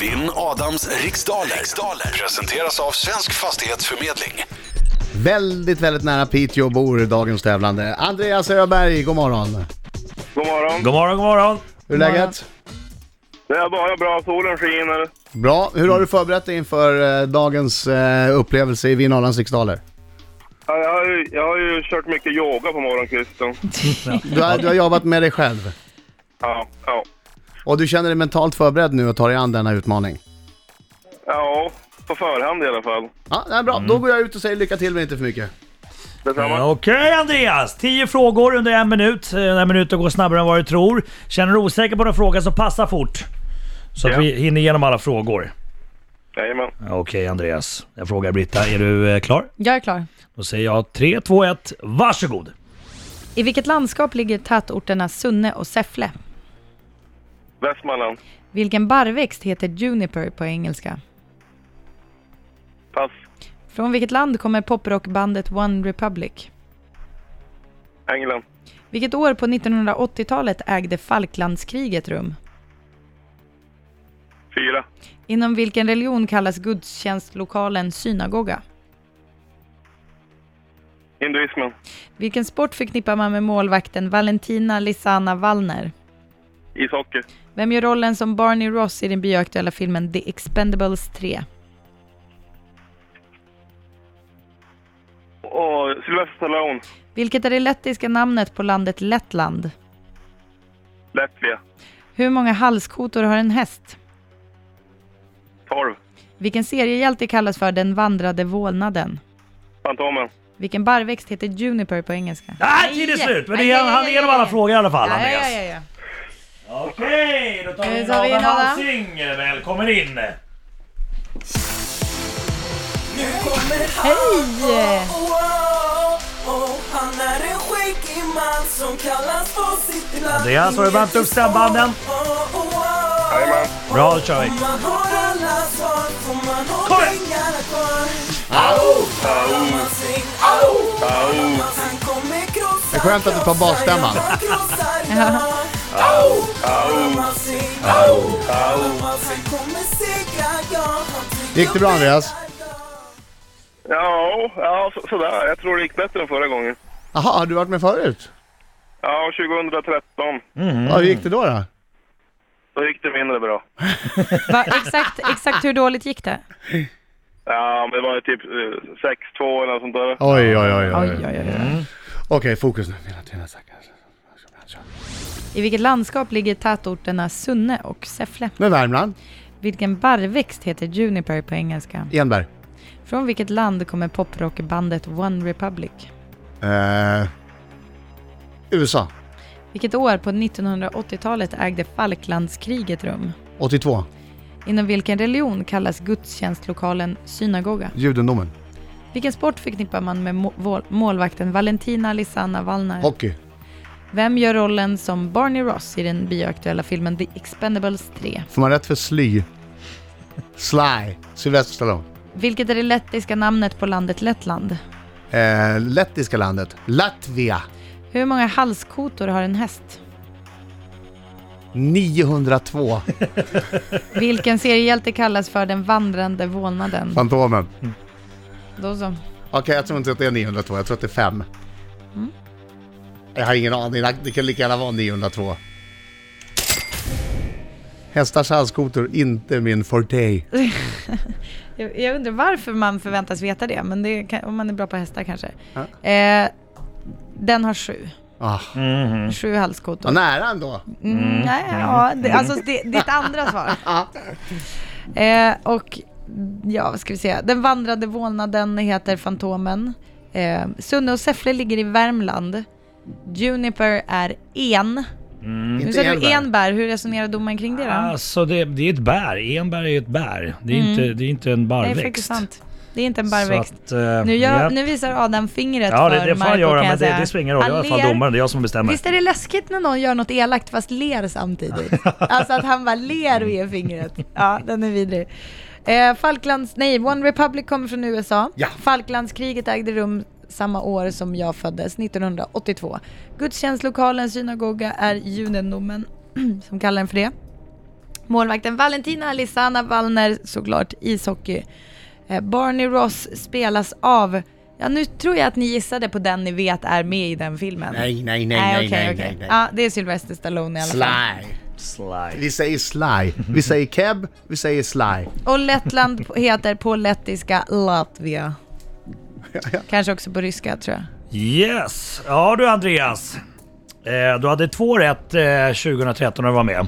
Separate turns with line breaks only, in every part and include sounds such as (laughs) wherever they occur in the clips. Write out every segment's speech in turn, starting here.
Vinn Adams riksdaler. riksdaler presenteras av Svensk Fastighetsförmedling.
Väldigt, väldigt nära Piteå bor dagens tävlande. Andreas Öberg, god morgon.
God morgon.
God morgon, god morgon.
Hur är läget?
Det är bara bra, solen skiner.
Bra. Hur har du förberett dig inför eh, dagens eh, upplevelse i Vinalans riksdaler?
Ja, Jag har, ju, jag har ju kört mycket yoga på morgonkvisten.
Du har, du har jobbat med dig själv
Ja, ja.
och du känner dig mentalt förberedd nu att ta dig an denna utmaning?
Ja, på förhand i alla fall.
Ja, nej, bra. Då går jag ut och säger lycka till men inte för mycket.
Detsamma.
Eh, Okej Andreas, 10 frågor under en minut. Eh, Den här minuten går snabbare än vad du tror. Känner du osäker på någon fråga så passa fort. Så att
Ja.
vi hinner igenom alla frågor.
Jajamän.
Okej Andreas, jag frågar Britta, är du eh, klar?
Jag är klar.
Då säger jag 3, 2, 1, varsågod.
I vilket landskap ligger tätorterna Sunne och Säffle?
Västmanland.
Vilken barrväxt heter juniper på engelska?
Pass.
Från vilket land kommer poprockbandet One Republic?
England.
Vilket år på 1980-talet ägde Falklandskriget rum?
Fyra.
Inom vilken religion kallas gudstjänstlokalen synagoga?
Hinduismen.
Vilken sport förknippar man med målvakten Valentina Lisana Wallner?
Ishockey.
Vem gör rollen som Barney Ross i den bioaktuella filmen The Expendables 3?
Och Sylvester Stallone.
Vilket är det lettiska namnet på landet Lettland?
Latvia.
Hur många halskotor har en häst?
Torv.
Vilken seriehjälte kallas för den vandrade vålnaden?
Fantomen.
Vilken barrväxt heter juniper på engelska?
Nej, tiden är slut! Men det är, han är igenom alla frågor i alla fall Andreas.
ja.
Okej, då tar vi
Nu
in
tar vi in
Adam
Adam.
Alsing. Välkommen in!
Hej!
Han är en skäggig man som kallas på sitt land
Andreas, har du värmt alltså upp stämbanden?
Jajamän.
Bra, då kör vi.
Man har alla svar för man har
Kom igen!
pengarna kvar Han kommer krossa,
är skönt att du tar
(laughs)
basstämman.
krossa, jag krossar jag. Au, Han kommer segra, ja Han tycker
Gick det bra,
jag
Andreas?
menar, ja.
Ja, ja så, sådär. Jag tror det gick bättre än förra gången.
Jaha, har du varit med förut?
Ja, 2013.
Ja, hur gick det då? då?
Då gick det mindre bra.
Va, exakt, exakt hur dåligt gick det?
Ja, men det var ju typ eh, 6-2 eller något
(laughs)
sånt där.
Oj, oj, oj.
Oj,
oj.
oj, oj.
Okej, fokus nu. Mina tjena, stackars.
I vilket landskap ligger tätorterna Sunne och Säffle?
Med Värmland,
Vilken barrväxt heter juniper på engelska?
Enberg.
Från vilket land kommer poprockbandet One Republic?
Eh, USA,
Vilket år på 1980-talet ägde Falklandskriget rum?
82.
Inom vilken religion kallas gudstjänstlokalen synagoga?
Judendomen.
Vilken sport förknippar man med må- vål- målvakten Valentina Lisanna Wallner?
Hockey.
Vem gör rollen som Barney Ross i den bioaktuella filmen The Expendables 3?
Får man rätt för sly? Sly. Sylvester Stallone.
Vilket är det lettiska namnet på landet Lettland?
Eh, lettiska landet. Latvia.
Hur många halskotor har en häst?
902.
Vilken seriehjälte kallas för den vandrande vålnaden? (laughs)
Fantomen.
Då så.
Okej, jag tror inte att det är 902. Jag tror att det är 5.
Mm.
Jag har ingen aning. Det kan lika gärna vara 902. Hästars halskotor, inte min forte.
Jag, jag undrar varför man förväntas veta det, men det kan, om man är bra på hästar kanske.
Ja.
Eh, den har sju.
Ah,
Mm. Sju halskotor.
vad nära ändå.
Mm, nej, ja, det, alltså det, ditt
(laughs)
andra svar. eh, och ja, vad ska vi säga? Den vandrande vålnaden heter Fantomen. Eh, Sunne och Säffle ligger i Värmland. Juniper är en. Nu
Inte
Mm. säger du
Enberg.
enbär, hur resonerar domaren kring det då?
Alltså det, det är ett bär. Enbär är ju ett bär. Det är, inte, det är inte en
Nej,
barrväxt.
Mm. faktiskt sant. Det är inte en
Så
barrväxt.
att, eh, ja.
Nu, gör, nu visar Adam fingret
Ja,
för
det, det får
Marco,
han göra,
kan jag
men det,
säga.
det spelar ingen roll. Jag är i alla
Han
fall
ler.
domaren, det är jag som bestämmer.
Visst är det läskigt när någon gör något elakt fast ler samtidigt? alltså att han bara ler och ger fingret. Ja, den är vidrig. Eh, Falklands, nej, One Republic kommer från USA.
Ja.
Falklandskriget ägde rum samma år som jag föddes, 1982. (clears throat) Gudstjänstlokalen synagoga är judendomen som kallar den för det. Målvakten Valentina Lisanna Wallner, såklart, ishockey. Eh, Barney Ross spelas av, ja nu tror jag att ni gissade på den ni vet är med i den filmen.
Nej, nej, nej, nej,
okej,
nej,
okej.
nej, nej.
Ja, det är Sylvester Stallone i alla fall.
Sly.
Sly.
Vi säger Sly. Vi säger Keb, vi säger Sly.
Och Lettland p- heter på lettiska Latvia. Kanske också på ryska tror jag.
Yes! Ja du Andreas. Eh, du hade två rätt eh, 2013 när du var med.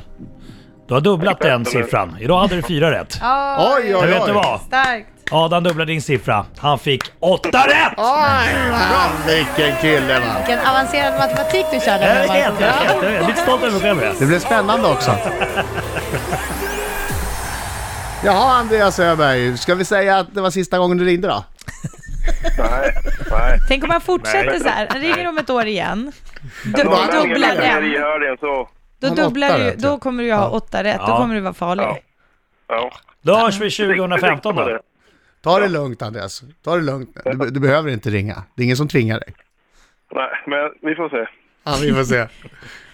Du har dubblat den siffran. Idag hade du fyra rätt.
Oh,
Oj, oj,
Men vet du
oj.
vad?
Starkt!
Adam dubblade din siffra. Han fick åtta rätt!
Oj, fan, vilken kille va.
Vilken avancerad matematik du körde
Jag
med
vet, jag
Marco.
vet. Jag är lite stolt över mig själv. jag.
Det blev spännande också. Jaha, Andreas Öberg. Ska vi säga att det var sista gången du ringde då?
Nej, nej.
Tänk om han fortsätter
Nej.
så här. Han ringer om ett år igen. Du,
Jag var lite
dubblar
mer
den.
ihärdig än så.
Då,
Han
dubblar
åtta
du,
rätt, ja.
då kommer du ha åtta rätt. Då
Ja.
kommer du vara farlig.
Ja. Ja.
Då hörs vi 2015 då.
Ta det lugnt Andreas. Ta det lugnt. Du, du behöver inte ringa. Det är ingen som tvingar dig.
Nej, men vi får se.
Ja, vi får se.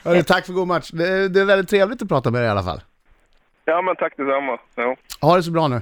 Hörru, tack för god match. Det, det är väldigt trevligt att prata med dig i alla fall.
Ja, men tack detsamma. Ja.
Ha det så bra nu.